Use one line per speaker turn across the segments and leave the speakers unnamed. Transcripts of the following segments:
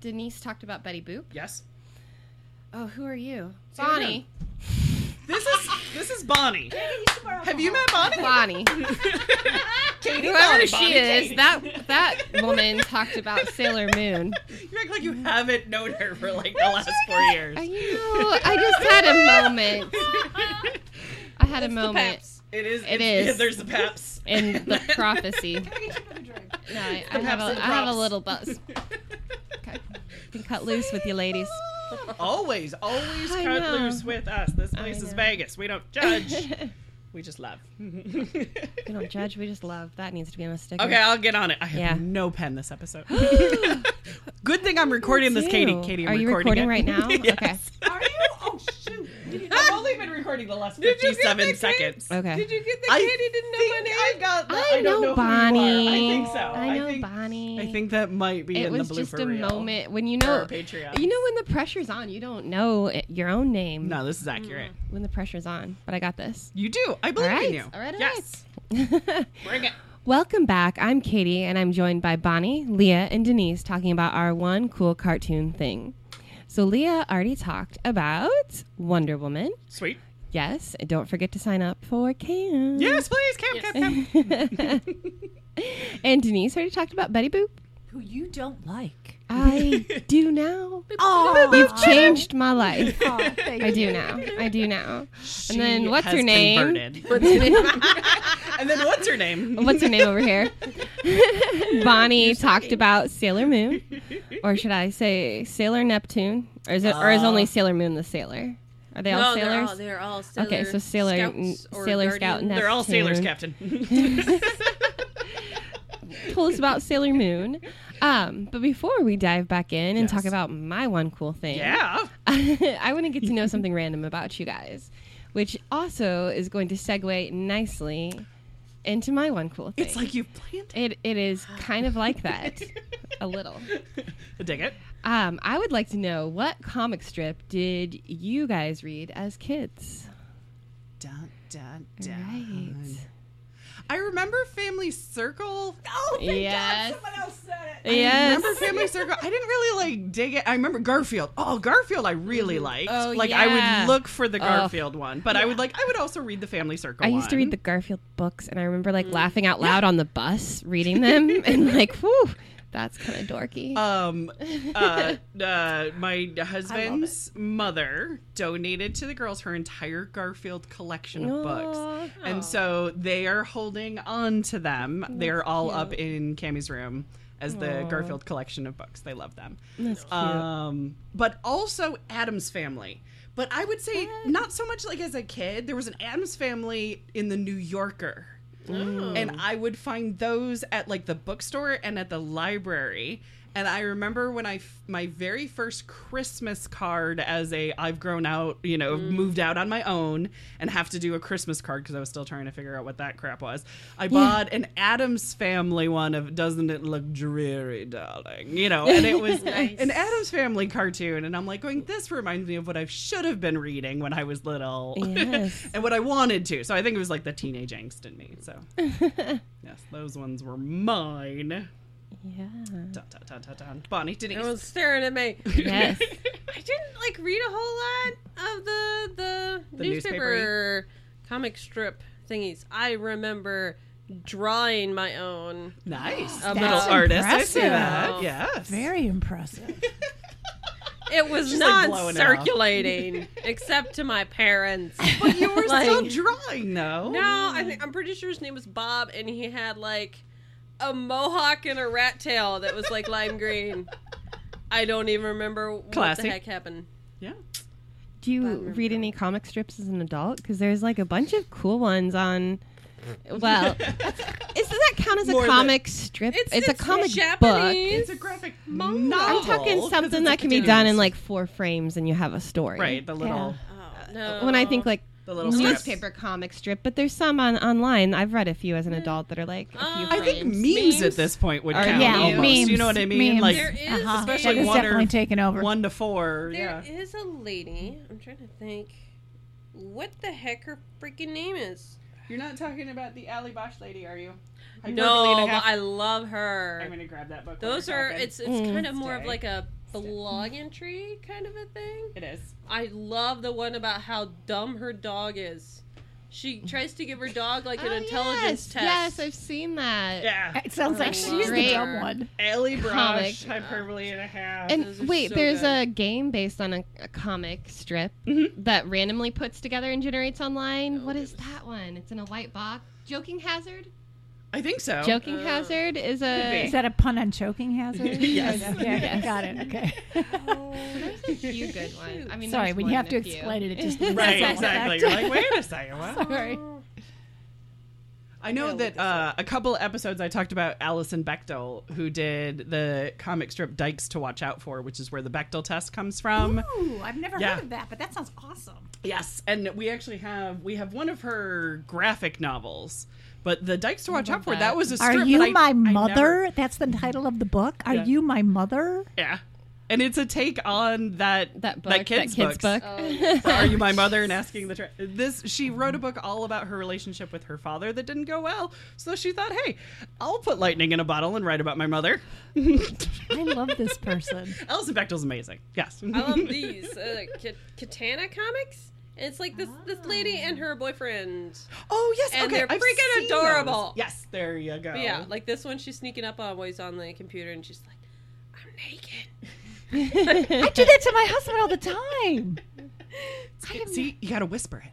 Denise talked about Betty Boop.
Yes.
Oh, who are you?
Sarah
Bonnie.
This is this is Bonnie. Have you met Bonnie?
Bonnie.
Katie.
Whoever she is, that that woman talked about Sailor Moon.
You act like you haven't known her for like the last four years.
I know. I just had a moment. I had a moment
It is.
It is.
There's the paps.
in the prophecy. No, I, I have a,
Perhaps it
I have a
drops.
little buzz. Okay. Been cut loose with you ladies.
Always, always
I
cut
know.
loose with us. This place is
know.
Vegas. We don't judge. we just love. okay,
We don't judge. We just love. That needs to be on a sticker.
I'll get on it. I have
Yeah.
no pen this episode. Good thing I'm recording this, Katie.
Ew.
Katie,
are
I'm
you
recording,
recording
it.
right now? Okay.
Yes.
Are you? Oh shoot!
I've only been recording the last
Did you get
57
the
seconds.
Okay.
Did you get the
I
Katie didn't know my
think
name?
I got. The,
I,
I,
know,
don't know Who you
Bonnie.
are. I think so.
I know
think,
Bonnie.
I think that might be
it
in
was
the blooper
just a
reel
moment when you
for our
know.
Patreon.
You know when the pressure's on, you don't know it, your own name.
no, this is accurate.
When the pressure's on, but I got this.
You do. I
All
believe in
right.
you.
All right. All
yes.
right.
Bring it.
Welcome back. I'm Katie, and I'm joined by Bonnie, Leah, and Denise talking about our one cool cartoon thing. So Leah already talked about Wonder Woman.
Sweet.
Yes, and don't forget to sign up for camp.
Yes, please. Camp, camp, camp.
and Denise already talked about Betty Boop.
Who you don't like?
I do now.
Oh,
You've changed my life.
thank
I do now. I do now.
She
And then what's
has
her name?
converted. and then what's her name?
What's her name over here? Bonnie talked about Sailor Moon, or should I say Sailor Neptune? Or is it, or is only Sailor Moon the sailor? Are they all
Ah. no, they're all,
sailors?
they're all sailor.
Okay, so Sailor N-
Scouts or
Sailor Scout
Guardians.
Neptune.
They're all sailors, Captain.
Told us about Sailor Moon. Um, but before we dive back in and talk about my one cool thing,
yeah.
I want to get to know something random about you guys, which also is going to segue nicely into my one cool thing.
It's like you've planned
it, it is kind of like that, a little.
I dig it.
Um, I would like to know what comic strip did you guys read as kids?
Dun, dun, dun.
Right.
I remember Family Circle. Oh,
Yes.
Someone else said it.
Yes.
Remember Family Circle? I didn't really like dig it. I remember Garfield. Oh, Garfield, I really liked.
Oh,
like I
yeah.
would look for the
Oh.
Garfield one, but I would like I would also read the Family Circle.
I used to read
one. Mm.
the Garfield books, and I remember like laughing out loud on the bus reading them, and like, whew, that's kind of dorky.
um uh, uh my husband's mother donated to the girls her entire garfield collection of books
Aw.
and so they are holding on to them they're all up in cammy's room as the garfield collection of books they love them
That's cute.
um but also adam's family but i would say not so much like as a kid there was an adam's family in the new yorker
Oh.
and I would find those at like the bookstore and at the library. And I remember when I f- my very first Christmas card as a I've grown out, you know, moved out on my own and have to do a Christmas card because I was still trying to figure out what that crap was. I bought an Adams Family one of "Doesn't it look dreary, darling?" You know, and it was an Adams Family cartoon, and I'm like, going, "This reminds me of what I should have been reading when I was little."
Yes.
and what I wanted to. So I think it was like the teenage angst in me. So yes, those ones were mine.
yeah.
Dun, dun, dun, dun, dun. Bonnie, Denise.
Everyone's staring at me.
Yes.
I didn't like read a whole lot of the the,
The
newspaper comic strip thingies. I remember drawing my own.
nice, a
A
little
little
artist. I see
impressive.
that. Yes,
Very impressive.
It was
Just, like,
not
blowing it off.
circulating except to my parents.
But you were
Like-
still drawing though.
No, I think I'm pretty sure his name was Bob, and he had like a mohawk and a rat tail that was like lime green. I don't even remember what
Classic.
the heck happened.
Yeah.
Do you read any comic strips as an adult? Because there's like a bunch of cool ones on Well, is, does that count as a
More than-
comic strip?
It's,
a comic book.
Japanese.
It's a graphic novel.
I'm talking
'cause
something
it's a
that can be
continuous.
done in like four frames and you have a story.
right the little
Oh, No.
When I think like
the little strips.
newspaper comic strip, but there's some on online. I've read a few as an adult that are like a few
Uh,
Mm. I think
frames.
memes,
Memes?
at this point would
Are-
count
yeah,
almost. You
memes,
know what I mean?
memes.
Like
there is
Uh-huh.
especially
That is
one or-
definitely taken over.
one to four.
There
yeah.
is a lady. I'm trying to think what the heck her freaking name is.
You're not talking about the Ali Bosch lady, are you?
No, but I love her.
to grab that book.
Those are it's it's
Mm.
kind of more of
Okay.
like a blog entry kind of a thing.
It is.
I love the one about how dumb her dog is. She tries to give her dog like an
Oh,
intelligence
yes,
test.
Yes, I've seen that.
Yeah.
It sounds like she's the
Great.
dumb one.
Ali
Comic.
Bosch, hyperbole and a half.
Those
And
are
wait,
so
there's
good.
a game based on a, a comic strip
Mhm.
that randomly puts together and generates online. what is that one? It's in a white box. Joking Hazard.
I think so.
Joking Hazard is
Oh. Could
Is
a.
that a pun on choking hazard?
Yes.
Okay, got it. Okay.
There's a few good ones. I mean,
Sorry,
there's
when
more
you have
than
to
a few.
explain it, it just
Right,
that's
exactly. You're
all
like, wait a second. What?
Sorry.
I know that uh, a couple episodes I talked about Alison Bechtel, who did the comic strip Dykes to Watch Out For, which is where the Bechtel test comes from.
Ooh, I've never
yeah.
heard of that, but that sounds awesome.
Yes, and we actually have we have one of her graphic novels, but the Dykes to Watch Out For that was a strip.
Are
that
you
I-
my
I
mother?
never-
That's the title of the book. Are
Yeah.
you my mother?
yeah, and it's a take on that
that book, that
kids,
kids, book.
Oh.
Are you my mother? And asking the tra- this, she wrote a book all about her relationship with her father that didn't go well. So she thought, hey, I'll put lightning in a bottle and write about my mother.
I love this person.
Alison Bechtel's amazing. Yes,
I love these uh, K- Katana comics. And it's like this this lady
Ah.
and her boyfriend.
Oh yes,
And
okay.
they're
I've
freaking
seen
adorable.
those. Yes, there you go.
But yeah, like this one, she's sneaking up on while he's on the computer, and she's like, "I'm naked."
I do that to my husband all the time.
see, you got to whisper it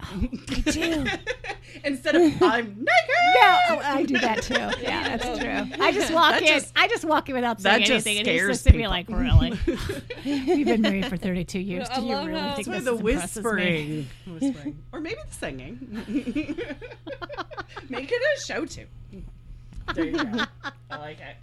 Oh, I do.
instead of "I'm naked."
No, oh, I do that too. Yeah, that's true. I just walk
That
in.
just-
I just walk in without
that
saying
just
anything, and he's
scares
just sitting there like,
people.
"Really? You've been married for 32 years.
I
Do you
love
really
how-
think
That's
That's
this
why the
impresses me?"
whispering, whispering, or maybe the singing. Make it a show too. There you go. I like it.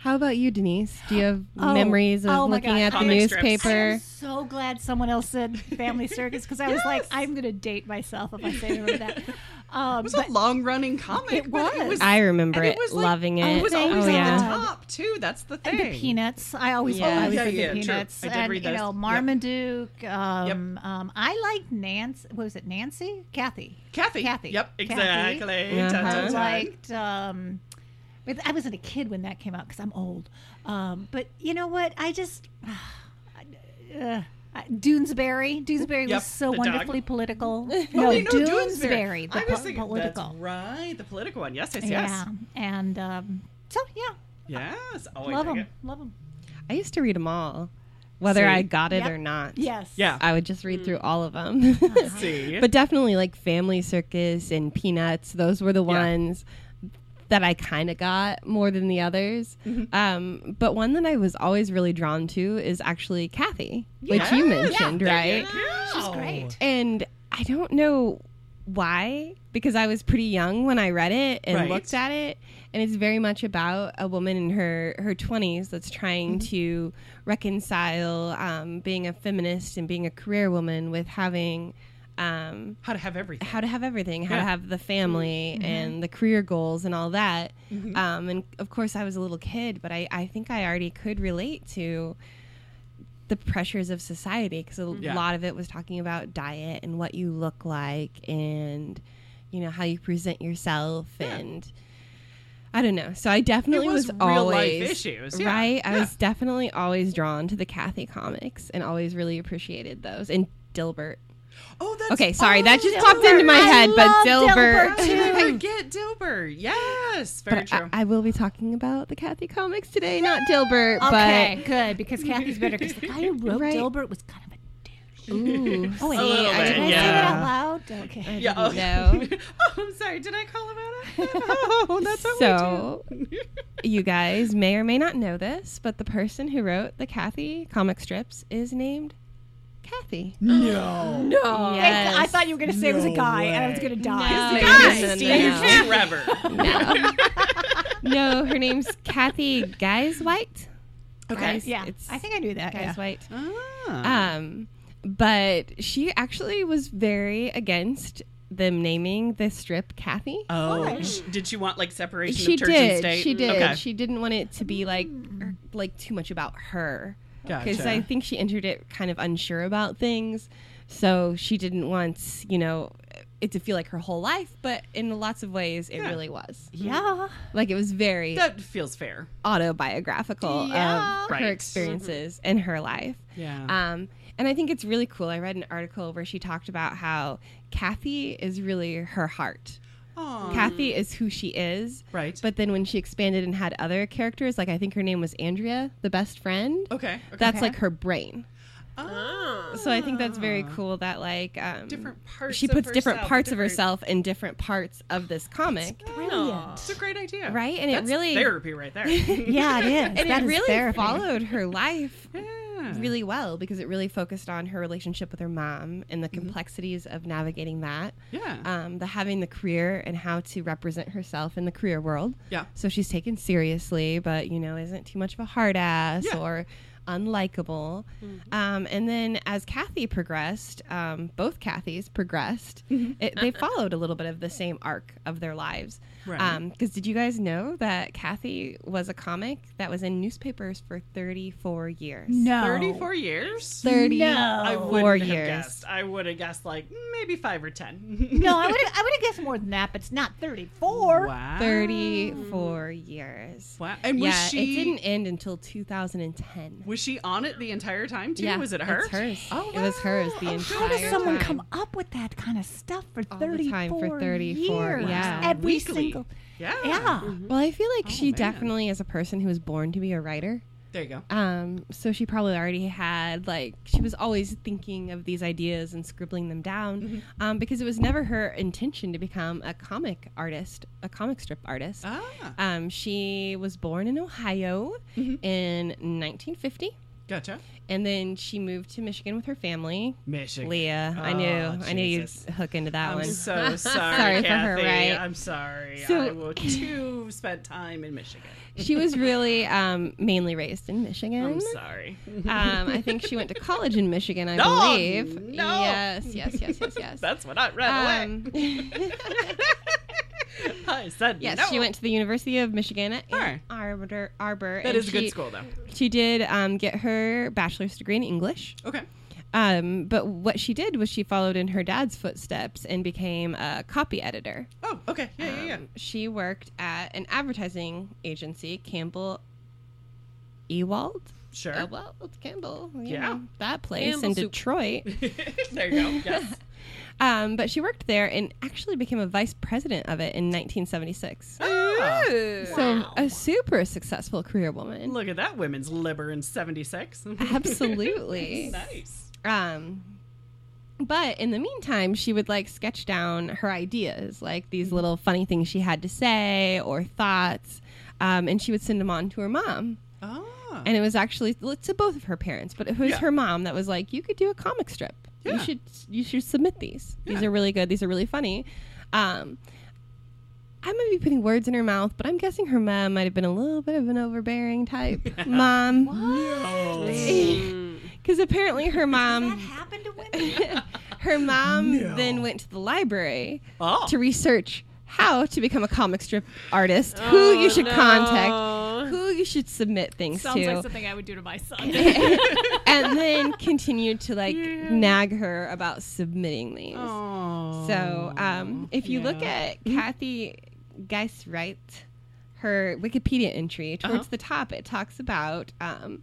How about you, Denise? Do you have
Oh,
memories of
oh my
looking
God.
at the
Comic strips.
newspaper?
I'm so glad someone else said Family Circus because I was like, I'm going to date myself if I say the word of that. Um,
It was
but
a long running comic.
It
but
was.
I remember
and
it,
was, like,
loving it.
It was
Thank
always
oh
on the
yeah.
God.
top too. That's the thing.
and the Peanuts. I always
Yeah.
I always
Yeah,
like
yeah,
the
true.
Peanuts.
I did
and,
read
you
those.
know,
Yep.
Marmaduke. Um, um, I like Nancy. What was it? Nancy? Kathy.
Kathy.
Kathy.
Yep,
Kathy.
exactly.
Yeah.
Dun,
I
dun, dun.
liked. Um, but I wasn't a kid when that came out because I'm old. Um, but you know what? I just uh, Doonesbury.
Yep,
Doonesbury was so
the dog.
wonderful. political. No,
Oh, wait, no,
Doonesbury, the
I was
po-
thinking,
political.
That's right, the political one. Yes, yes,
Yeah,
yes.
and um, so yeah,
Yes. Oh, I
love
dig
them,
it.
love them.
I used to read them all, whether
See?
I got it
Yep.
or not.
Yes.
Yeah.
I would just read through all of them.
See.
but definitely like Family Circus and Peanuts, those were the ones that I kind of got more than the others. Um, but one that I was always really drawn to is actually Kathy, which you
Yes,
mentioned,
there you
right?
go.
She's great.
And I don't know why, because I was pretty young when I read it and
Right.
looked at it. And it's very much about a woman in her, her 20s that's trying to reconcile um, being a feminist and being a career woman with having um,
How to have everything.
how to have everything, how
Yeah. Mm-hmm.
to have the family and the career goals and all that. Um, and of course, I was a little kid, but I, I think I already could relate to the pressures of society because a
Yeah.
lot of it was talking about diet and what you look like and, you know, how you present yourself and. I don't know. So I definitely
was
was,
real life
always
issues, yeah,
right. I
yeah.
was definitely always drawn to the Kathy comics and always really appreciated those and Dilbert.
Oh, that's
Okay, sorry, that just
oh,
popped into my
I
head, but
love
Dilbert.
Dilbert, too.
I forget Dilbert. Yes, very
But
true.
I, I will be talking about the Kathy comics today, not Dilbert,
Okay, good because Kathy's better because the guy who wrote
Right.
Dilbert was kind of a
but ooh,
Oh, wait,
A little
did I
bit,
say that
yeah.
out loud? Okay.
yeah. Oh.
no.
oh, I'm sorry. Did I call him out? Oh, that's what
so
we do.
you guys may or may not know this, but the person who wrote the Kathy comic strips is named Kathy.
No.
No.
Yes.
I thought you were going to say it was a
No
guy, and I was
way.
going to die.
No,
Guys,
no, no,
Steve
no.
Trevor.
No. no, her name's Kathy Guys White.
Okay.
Yeah,
it's
I think I knew that.
Guys
Yeah.
White.
Ah.
Um, but she actually was very against them naming the strip Kathy.
oh,
Why?
sh- did she want like separation
she
of church and
did.
state?
She did.
Okay.
She didn't want it to be like er, like too much about her because
Gotcha.
I think she entered it kind of unsure about things. So she didn't want you know it to feel like her whole life, but in lots of ways it really was.
Yeah.
Like it was very
that feels fair.
autobiographical
Yeah.
of
Right.
her experiences in her life.
Yeah.
Um, and I think it's really cool. I read an article where she talked about how Kathy is really her heart.
Aw.
Kathy is who she is.
Right.
But then when she expanded and had other characters, like I think her name was Andrea, the best friend,
okay. okay.
that's like her brain.
Oh.
Ah.
So I think that's very cool that like um,
different parts.
she
of
puts different
herself,
parts of herself in different parts of this comic.
Brilliant.
It's a great idea,
Right? And it
That's
really-
therapy right there. yeah.
Yeah, it is.
And
That
it
is
really
therapy.
followed her life really well because it really focused on her relationship with her mom and
Mm-hmm.
the complexities of navigating that.
Yeah.
Um, the having the career and how to represent herself in the career world.
Yeah.
So she's taken seriously, but you know, isn't too much of a hard ass
Yeah. Mm-hmm.
or unlikable. Um, and then as Kathy progressed, um, both Kathys progressed.
Mm-hmm.
It, they followed a little bit of the same arc of their lives.
Right.
Because did you guys know that Kathy was a comic that was in newspapers for 34 years?
No.
Thirty-four years.
30
I
No.
wouldn't
Four
have
years.
guessed. I would have guessed like maybe five or ten.
No, I would have I would have guessed more than that, but it's not 34.
wow.
34 years.
Wow. And was
yeah,
she
it didn't end until 2010.
was she on it the entire time too?
yeah,
was it hers?
It's hers.
Oh,
It was hers the entire
How does someone
time.
come up with that kind of stuff for
All
34
the time for 34,
years?
yeah. Mm-hmm.
Every
Weekly. Ah.
single
Yeah.
Yeah.
Well, I feel like
Oh,
she
man.
definitely is a person who was born to be a writer.
There you go.
Um, so she probably already had like she was always thinking of these ideas and scribbling them down,
Mm-hmm.
um, because it was never her intention to become a comic artist, a comic strip artist.
Ah,
Um, she was born in Ohio
Mm-hmm.
in 1950,
gotcha.
and then she moved to Michigan with her family.
Michigan.
Leah, I knew,
Oh,
I knew you'd
Jesus.
hook into that
I'm
one.
so sorry,
Sorry for her,
Kathy.
right?
I'm sorry. I
So-
will too spent time in Michigan.
she was really um, mainly raised in Michigan.
I'm sorry.
Um, I think she went to college in Michigan, I
No,
believe.
no.
Yes, yes, yes, yes, yes.
That's what I ran away.
Um,
I said
yes,
no.
she went to the University of Michigan at
Sure.
Ann Arbor. Arbor
That
and
is a
she-
good school, though.
She did um, get her bachelor's degree in English.
Okay.
Um, but what she did was she followed in her dad's footsteps and became a copy editor.
Oh, okay. Yeah, yeah, yeah.
Um, she worked at an advertising agency, Campbell Ewald.
Sure.
Oh, well, it's Campbell. You
Yeah.
know, that place
Campbell
in
soup.
Detroit.
there you go. Yes.
Um, but she worked there and actually became a vice president of it in 1976.
Ah,
So a super successful career woman.
look at that women's liber in 76.
Absolutely.
nice.
Um, but in the meantime, she would like sketch down her ideas, like these little funny things she had to say or thoughts, um, and she would send them on to her mom.
Ah.
And it was actually to both of her parents, but it was
Yeah.
her mom that was like, "You could do a comic strip. You
Yeah.
should you should submit these. These
Yeah.
are really good. These are really funny." Um, I might be putting words in her mouth, but I'm guessing her mom might have been a little bit of an overbearing type mom, because apparently her
That
mom,
happened to women.
her mom
No.
then went to the library
Oh.
to research how to become a comic strip artist, who you should contact, who you should submit things
Sounds
to.
like something I would do to my son.
and then continued to like nag her about submitting these.
Oh.
So um, if you look at Kathy Geiswright, her Wikipedia entry towards the top, it talks about um,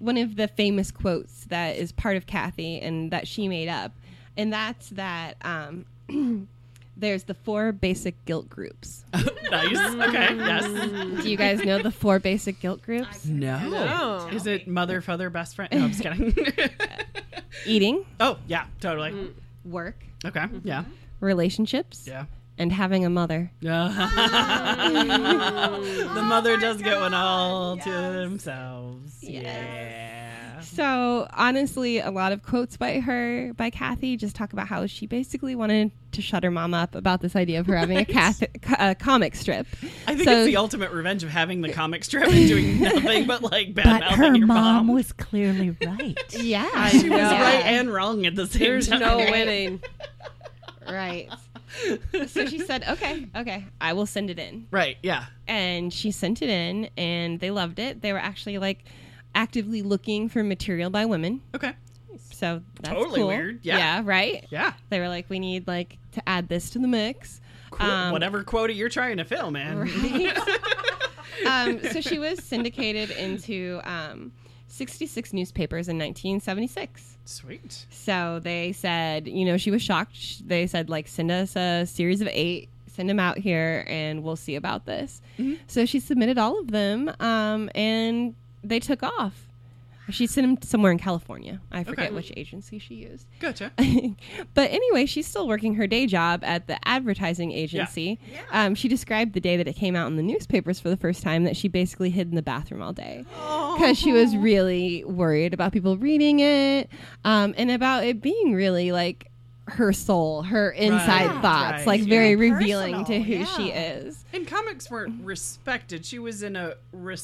one of the famous quotes that is part of Kathy and that she made up, and that's that. Um, There's the four basic guilt groups.
nice. Okay. Yes.
Do you guys know the four basic guilt groups?
No.
No.
Is it mother, father, best friend? No, I'm just kidding.
Eating,
oh, yeah, totally.
work,
Okay.
Mm-hmm.
Yeah.
relationships,
Yeah.
and having a mother.
Oh
the mother does get one all to themselves.
Yes.
Yeah. Yeah.
So honestly, a lot of quotes by her, by Kathy, just talk about how she basically wanted to shut her mom up about this idea of her having a, Kath- a comic strip.
I think
So-
it's the ultimate revenge of having the comic strip and doing nothing but like bad
But her
mouthing your mom.
mom was clearly right.
Yeah,
she was
Yeah.
right and wrong at the same
There's
time.
no winning.
right. So she said, "Okay, okay, I will send it in."
Right, yeah.
and she sent it in and they loved it they were actually like actively looking for material by women
Okay.
so that's
Totally
cool.
weird. Yeah.
right
Yeah.
they were like we need like to add this to the mix
Cool.
Um,
Whatever quota you're trying to fill, man.
right um, so she was syndicated into um, 66 newspapers in 1976
Sweet.
so they said, you know, she was shocked. Sh- They said, like, send us a series of eight, send them out here, and we'll see about this. So she submitted all of them, um, and they took off. She sent them somewhere in California. I forget
Okay.
which agency she used.
Gotcha.
but anyway, she's still working her day job at the advertising agency. Um, she described the day that it came out in the newspapers for the first time that she basically hid in the bathroom all day because she was really worried about people reading it um, and about it being really like her soul, her inside
Right,
thoughts,
right,
like
yeah.
very revealing to
Personal,
who
yeah.
she is.
And comics weren't respected. She was in a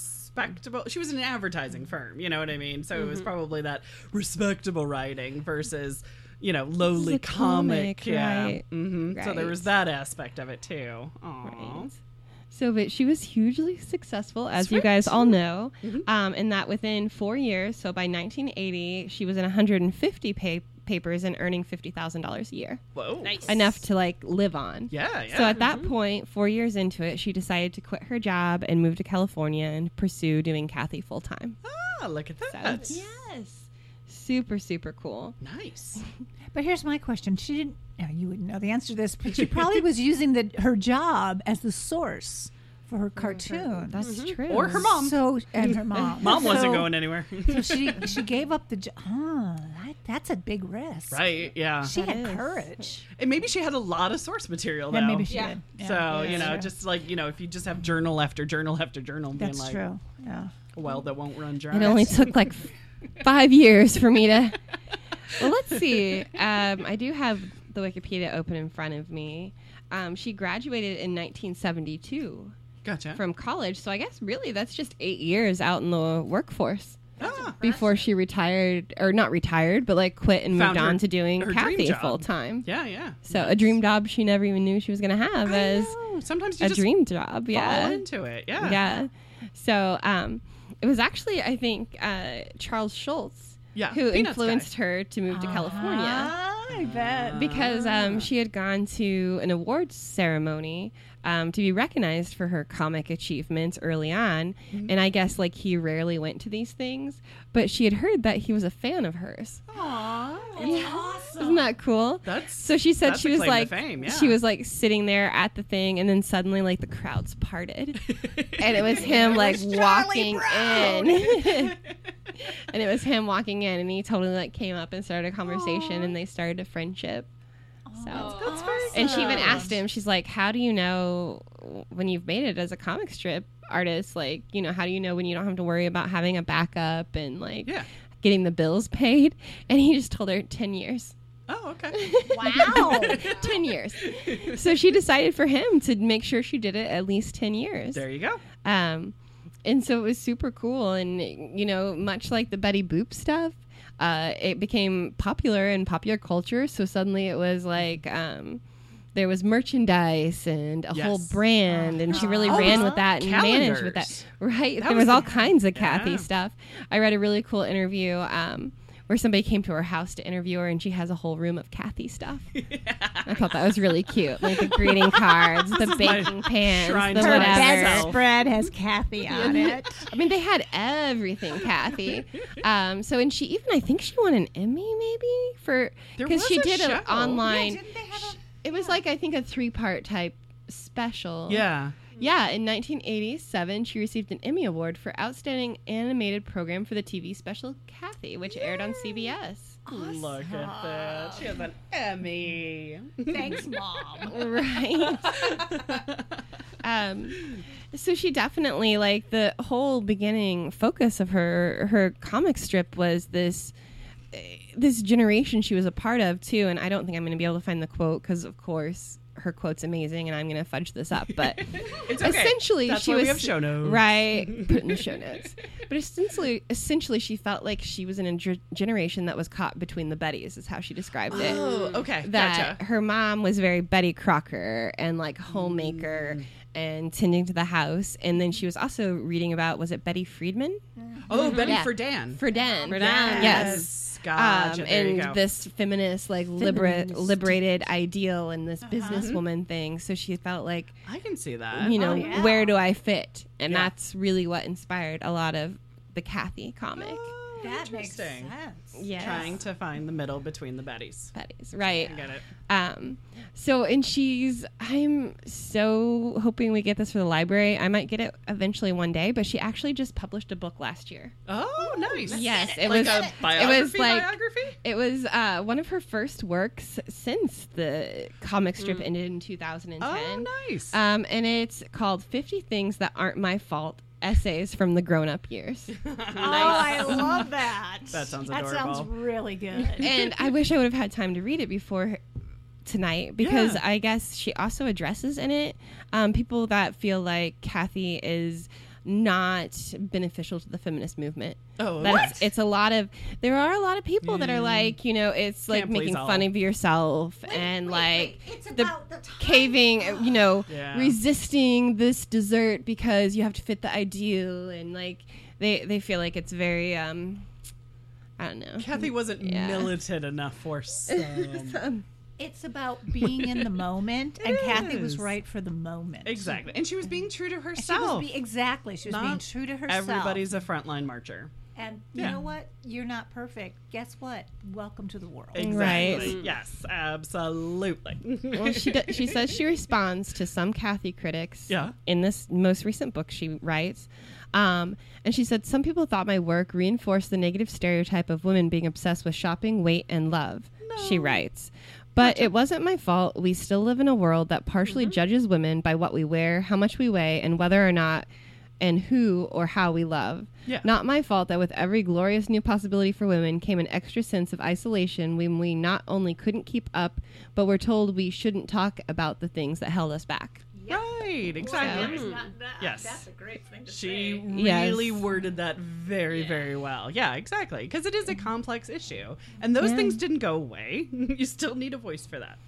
respectable. She was in an advertising firm. You know what I mean. So it was
Mm-hmm.
probably that respectable writing versus, you know, lowly
a
comic.
comic,
Yeah.
right,
hmm So there
right.
was that aspect of it too. Aww.
Right. So, but she was hugely successful, as you guys all know,
Mm-hmm.
um, and that within four years. So, by 1980, she was in 150 pa- papers and earning fifty thousand dollars a year,
Whoa.
Nice.
enough to like live on.
Yeah. Mm-hmm. Yeah.
So at that point, four years into it, she decided to quit her job and move to California and pursue doing Kathy full time.
ah, look at
So
that.
yes, super super cool.
Nice.
But here's my question: She didn't. Now you wouldn't know the answer to this, but she probably was using the her job as the source for her cartoon.
That's true.
Mm-hmm. Or her mom.
So and her mom.
Mom wasn't
So-
going anywhere.
So she she gave up the job. Huh, that, that's a big risk.
right. Yeah.
She had
is.
courage.
And maybe she had a lot of source material though.
Yeah, maybe she
Yeah.
did. Yeah,
so you know,
true.
just like you know, if you just have journal after journal after journal, being
that's
like,
true. Yeah.
well, that won't run dry.
It only took like f- five years for me to. Well, let's see. Um, I do have the Wikipedia open in front of me. Um, she graduated in 1972
Gotcha.
from college, so I guess really that's just eight years out in the workforce
ah,
before she retired, or not retired, but like quit and
Found
moved on
her-
to doing
her dream
Kathy
job.
full time.
yeah, yeah.
So a dream job she never even knew she was going to have
I
as
know. sometimes you
a
just
dream job.
fall
Yeah,
into it. Yeah.
yeah. So um, it was actually, I think, uh, Charles Schultz
Yeah,
who
Peanuts
influenced her to move to California
Ah, I bet.
because um, she had gone to an awards ceremony um, to be recognized for her comic achievements early on.
Mm-hmm.
And I guess, like, he rarely went to these things, but she had heard that he was a fan of hers. Isn't that cool?
That's-
so. She said
that's
she was
a claim to
like
fame, yeah.
she was like sitting there at the thing, and then suddenly like the crowds parted, and it was him like walking in, and it was him walking in, and he totally like came up and started a conversation, and they started a friendship. So
That's very
and she even asked him, she's like, "How do you know when you've made it as a comic strip artist? Like, you know, how do you know when you don't have to worry about having a backup and like
Yeah.
getting the bills paid?" And he just told her ten years.
Oh, okay.
Wow.
10 years. So she decided for him to make sure she did it at least 10 years.
there you go.
Um, and so it was super cool. And, you know, much like the Betty Boop stuff, uh, it became popular in popular culture. So suddenly it was like, um, there was merchandise and a whole
Yes. Oh,
brand, and she really ran with that and managed with that.
Calendars.
Right.
That
there
was
was all
the-
kinds of Kathy
Yeah.
stuff. I read a really cool interview um, where somebody came to her house to interview her, and she has a whole room of Kathy stuff. I thought that was really cute, like the greeting cards, the baking pans,
shrine
the
to
Her
whatever.
myself.
bed spread has Kathy on it.
I mean, they had everything, Kathy. Um, so, and she even, I think she won an Emmy, maybe for
There
because
was
she
a
did an
show.
online.
Yeah, didn't they have a-
sh- it was like I think a three-part type special.
Yeah.
Yeah, in 1987, she received an Emmy Award for Outstanding Animated Program for the TV special Kathy, which aired on CBS.
Look at that. She has an Emmy.
Thanks, mom.
Right. um, so she definitely like the whole beginning focus of her her comic strip was this eh, this generation she was a part of too and i don't think i'm going to be able to find the quote because of course her quote's amazing and i'm going to fudge this up but
It's okay.
essentially
That's
she
why
was
we have show notes.
right put in the show notes but essentially essentially she felt like she was in a ger- generation that was caught between the bettys is how she described it
Oh, okay.
that
Gotcha.
her mom was very Betty Crocker and like homemaker
Mm.
and tending to the house. And then she was also reading about was it Betty Friedman
Oh, Betty
Mm-hmm. Yeah.
for Dan.
for Dan? For
Dan.
yes.
Gotcha.
Um,
there you
and
go.
this feminist, like libera- liberated ideal, and
Uh-huh.
this businesswoman thing. So she felt like,
I can see that.
you know,
yeah.
where do I fit? And
Uh, oh, Yeah.
that's really what inspired a lot of the Kathy comic.
Oh,
That makes
interesting.
sense.
yes.
Trying to find the middle between the Bettys.
Betty's, right?
I get it.
Um, so and she's I'm so hoping we get this for the library. I might get it eventually one day, but she actually just published a book last year.
Oh, nice.
Yes, it
like
was
a biography.
it was like
biography.
it was uh, one of her first works since the comic strip ended in 2010.
Mm. Oh, nice.
Um, and it's called 50 Things That Aren't My Fault: Essays from the Grown-Up Years.
Oh, I love that.
That sounds
That sounds
adorable.
really good.
and I wish I would have had time to read it before her- tonight because
Yeah.
I guess she also addresses in it um, people that feel like Kathy is not beneficial to the feminist movement.
Oh,
That
what? Mm.
It's, it's a lot of there are a lot of people that are like you know it's like
Can't please
making
all.
fun of yourself and like
It's
the
about the time.
caving you know
Yeah.
resisting this dessert because you have to fit the ideal and like they they feel like it's very um I don't know
Kathy wasn't
Yeah.
militant enough for some.
It's about being in the moment, and Kathy
is.
was right for the moment.
exactly. And she was being true to
She was
herself.
be, exactly. She was being
Not
true to herself.
Everybody's a frontline marcher.
and you
Yeah.
know what? You're not perfect. Guess what? Welcome to the world.
Exactly. Yes, absolutely.
well, she do- she says she responds to some Kathy critics.
Yeah.
In this most recent book, she writes, um, and she said some people thought my work reinforced the negative stereotype of women being obsessed with shopping, weight, and love. She writes. But it wasn't my fault. We still live in a world that partially judges women by what we wear, how much we weigh, and whether or not and who or how we love.
Yeah.
Not my fault that with every glorious new possibility for women came an extra sense of isolation when we not only couldn't keep up, but were told we shouldn't talk about the things that held us back.
Right, exactly. Yes.
That's a great thing to
She
say.
Yes.
really worded that very, very well. Yeah, Mm. exactly. Because it is a complex issue. And those things didn't go away. you still need a voice for that.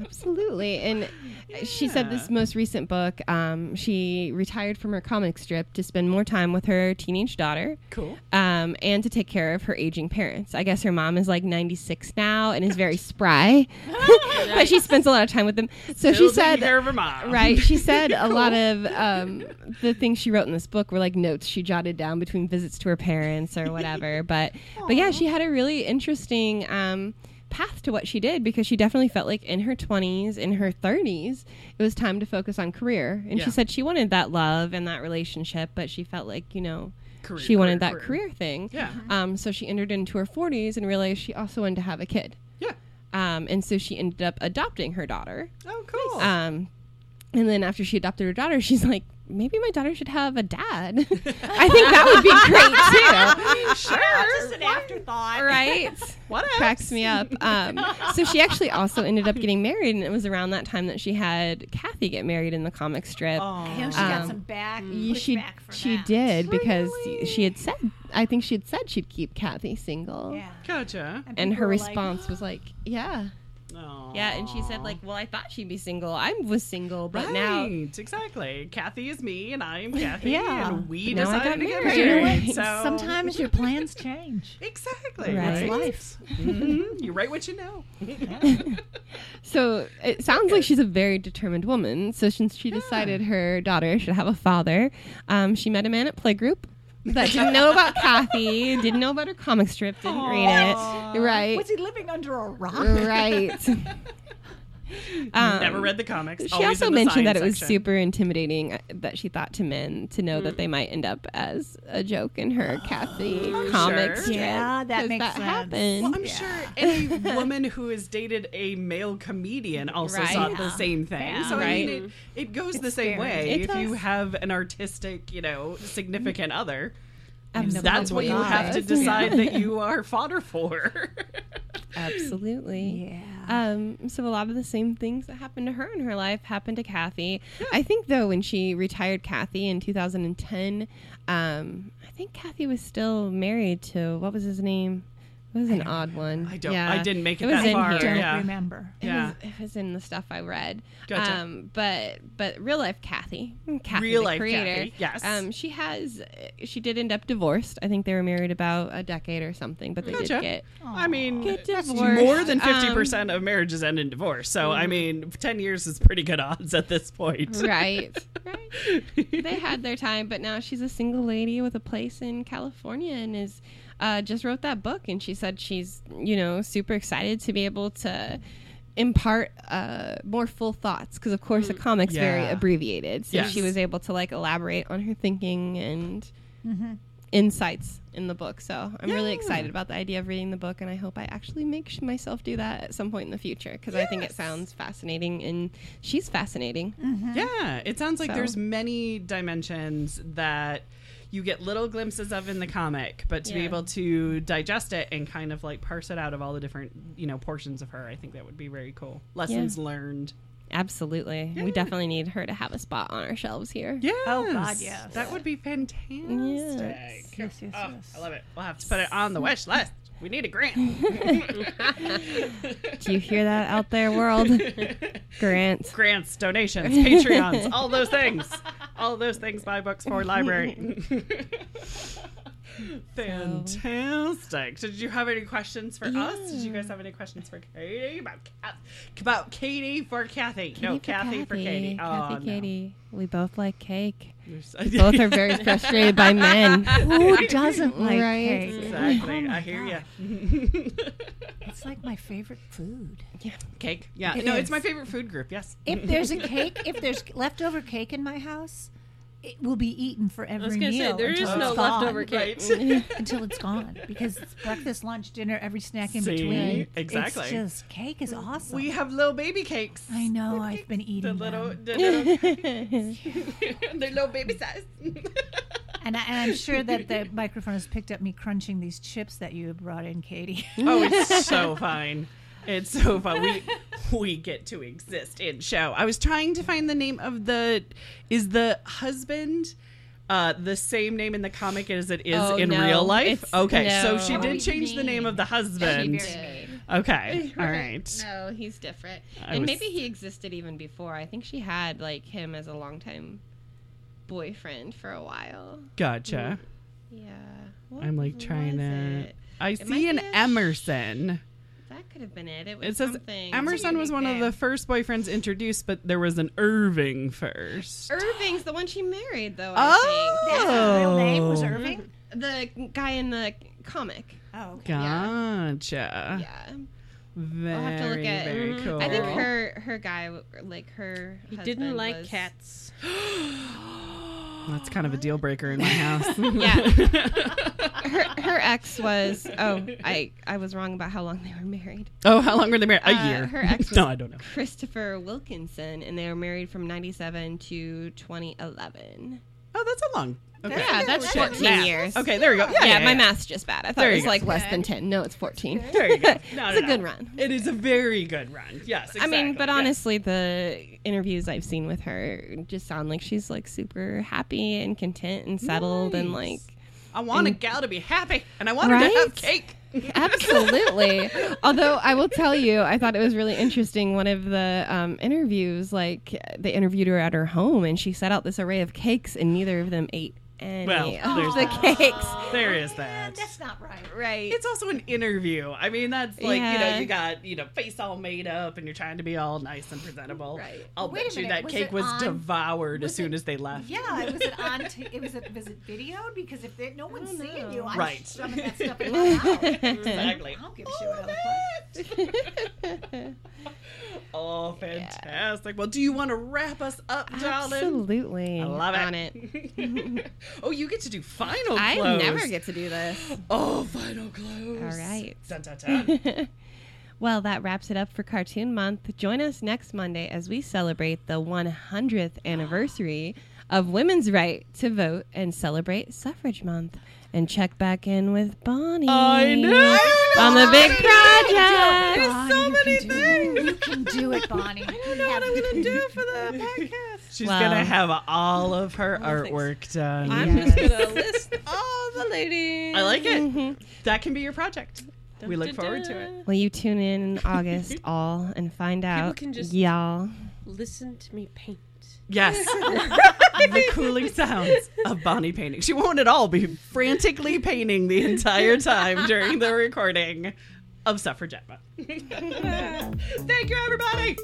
Absolutely. And she said this most recent book, um, she retired from her comic strip to spend more time with her teenage daughter.
Cool.
Um, and to take care of her aging parents. I guess her mom is like 96 now and is very spry, but she spends a lot of time with them. So
Still
she said,
taking care of her mom.
Right. She said a lot of um, the things she wrote in this book were like notes she jotted down between visits to her parents or whatever. But but yeah, she had a really interesting um, path to what she did because she definitely felt like in her twenties, in her thirties, it was time to focus on career. And
Yeah.
she said she wanted that love and that relationship, but she felt like you know.
Career,
she
career,
wanted that
career.
career. thing.
Yeah.
Um, so she entered into her 40s and realized she also wanted to have a kid.
Yeah.
Um, and so she ended up adopting her daughter.
Oh, cool.
Um, and then after she adopted her daughter, she's like, maybe my daughter should have a dad. I think that would be great too,
Just an afterthought.
right?
what
Cracks me up. Um, so she actually also ended up getting married, and it was around that time that she had Kathy get married in the comic strip.
I know she got some back.
Mm.
Y- Um, she
pushback for
she
that.
did because she had said, I think she had said she'd keep Kathy single.
Yeah.
Gotcha.
And
people
her
were like,
response was like, yeah. Yeah, and she said like, "Well, I thought she'd be single. I was single, but
Right,
now
exactly. Kathy is me, and I am Kathy,
Yeah.
and we
Now I
decided
got
to get
married. You know
married.
what?
So
Sometimes your plans change.
exactly,
Right.
right?
That's
life.
Mhm. You write what you know.
So it sounds like she's a very determined woman. So since she decided her daughter should have a father, um, she met a man at playgroup that didn't know about Kathy, didn't know about her comic strip, didn't read it. Right.
Was he living under a rock?
Right. Um,
Never read the comics.
She
always
also
in the
mentioned that it
science
was
section.
super intimidating uh, that she thought to men to know that they
Mm.
might end up as a joke in her Kathy comic
Oh, sure.
strip.
Yeah, that
'cause
makes
that
sense.
happened.
Well, I'm sure any woman who has dated a male comedian also
Right.
saw the same thing.
Yeah.
so I
Right.
mean, it, it goes the
It's
same
scary.
way.
It
if you
does.
have an artistic, you know, significant other,
Absolutely.
that's what you
God.
have to
Yeah.
decide that you are fodder for.
Absolutely.
Yeah.
Um, so a lot of the same things that happened to her in her life happened to Kathy. I think though when she retired Kathy in 2010, um, I think Kathy was still married to what was his name? It was an odd one.
I don't- I didn't make it
was
that
in
far,
here.
Don't
Yeah.
remember.
It,
yeah.
was, it was in the stuff I read.
Gotcha.
Um, but but real life Kathy, Kathy
Real
the
life
creator,
Kathy, yes.
Um, she has she did end up divorced. I think they were married about a decade or something, but they
Gotcha.
did get
I mean,
Get
that's
divorced.
more than
Um,
50% of marriages end in divorce. So, I mean, 10 years is pretty good odds at this point.
right. Right. They had their time, but now she's a single lady with a place in California and is uh, just wrote that book. And she said she's, you know, super excited to be able to impart uh, more full thoughts because, of course, the comic's very
Yeah.
abbreviated. So
Yes.
she was able to like elaborate on her thinking and insights in the book. So I'm really excited about the idea of reading the book, and I hope I actually make sh- myself do that at some point in the future because I think it sounds fascinating, and she's fascinating.
Yeah, it sounds like
So-
there's many dimensions that you get little glimpses of in the comic, but to be
Yeah.
able to digest it and kind of like parse it out of all the different, you know, portions of her, I think that would be very cool. Lessons learned.
Absolutely. We definitely need her to have a spot on our shelves here.
Yeah.
Oh, God, yes.
That would be fantastic.
Yes.
Yes, yes,
Oh,
yes.
I love it. We'll have to put it on the wish list. We need a grant.
Do you hear that out there, world? Grant.
Grants, donations, Patreons, all those things. All those things buy books for library. Fantastic. So Did you have any questions for us? Did you guys have any questions for Katie about Kath- about Katie for Kathy? no, Kathy for Katie.
Kathy,
oh, no.
Katie. We both like cake.
You're so-
Both are very frustrated by men.
Who doesn't like
Right.
cake?
Exactly.
Oh my
I hear
God.
you.
It's like my favorite food.
Cake. Yeah.
It
no,
is.
it's my favorite food group. Yes.
If there's a cake, if there's leftover cake in my house, it will be eaten for every
I was gonna
meal.
say there is
until
no
it's gone.
leftover cake.
Right.
until it's gone because it's breakfast, lunch, dinner, every snack in
See?
between.
Exactly.
It's just cake is awesome.
we have little baby cakes.
I know I've been
The
eating
little,
them.
the little
That's
They're little baby size.
and, I, and I'm sure that the microphone has picked up me crunching these chips that you brought in, Katie.
oh, it's so fine. It's so fun. We we get to exist in show. I was trying to find the name of the is the husband uh the same name in the comic as it is
Oh,
in
no.
real life.
It's-
Okay, so
no.
she did change the name of the husband. Okay. All right.
No, he's different.
I
and
was-
maybe he existed even before. I think she had like him as a longtime boyfriend for a while.
Gotcha.
Yeah. What
I'm like trying
was
to
it?
I
might
see
be
an
a sh-
Emerson.
That could have been it. It was
It says
something.
Emerson was one of the first boyfriends introduced, but there was an Irving first.
Irving's the one she married, though.
Oh!
I
That's her real name was
Oh.
Irving.
think. the guy in the comic.
Oh, okay.
Gotcha.
Yeah,
Very,
I'll have to look at.
very
Mhm.
cool.
I think her her guy, like her.
He didn't
husband
like
was-
cats.
That's kind of a deal breaker in my house.
Yeah, her her ex was. Oh, I I was wrong about how long they were married.
oh, how long were they married? A
Uh,
year.
her ex
no,
was-
I don't know.
Christopher Wilkinson, and they were married from '97 to 2011.
Oh, that's a long. Okay.
Yeah, that's
Shit,
14
math.
years.
Okay, there you go. Yeah,
Yeah,
yeah,
my
yeah.
math's just bad. I thought
There you
it was
go.
like less than 10. No, it's 14.
There you go. No,
it's
no,
a
no.
good run.
It is a very good run. Yes, exactly.
I mean, but
Yeah.
honestly, the interviews I've seen with her just sound like she's like super happy and content and settled and like
Nice. I want a gal to be happy, and I want her to
Right?
have cake.
Absolutely. Although I will tell you, I thought it was really interesting. One of the um, interviews, like they interviewed her at her home, and she set out this array of cakes, and neither of them ate any
Well,
of
there's
the
that.
cakes.
There is that.
That's not right.
Right.
It's also an interview. I mean, that's like you know,
Yeah.
you got you know face all made up, and you're trying to be all nice and presentable.
Right.
I'll
Wait a
bet you
minute,
that
was
cake
it
was
on-
devoured as
was
soon
it-
as they left.
Yeah, was it on? T- it was it was it videoed? Because if there, no one's seeing you, I'm
Right.
shoving that stuff in my mouth.
exactly.
I don't give a shit what other folks-
Oh, Fantastic. Well, do you want to wrap us up, darling?
Absolutely. I
love it.
On it.
oh, you get to do final close.
I never get to do this.
Oh, final close.
All right.
Dun, dun, dun.
Well, that wraps it up for Cartoon Month. Join us next Monday as we celebrate the 100th anniversary of women's right to vote and celebrate Suffrage Month. And check back in with Bonnie.
I know.
On the big
Bonnie,
project.
so many things. You can do it, Bonnie. I don't know what I'm going to do for
the podcast.
She's
Well-
gonna have all of her artwork done.
I'm just gonna list all the ladies.
I like it. That can be your project. Mm-hmm. we look forward to it.
Will you tune in in August all and find out,
can just-
y'all?
Listen to me paint.
Yes. the cooling sounds of Bonnie painting. She won't at all be frantically painting the entire time during the recording of Suffragette Month. Thank you, everybody.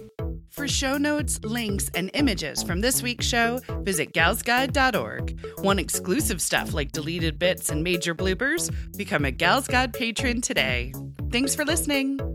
For show notes, links, and images from this week's show, visit galsguide.org. Want exclusive stuff like deleted bits and major bloopers? Become a Gals Guide patron today. Thanks for listening.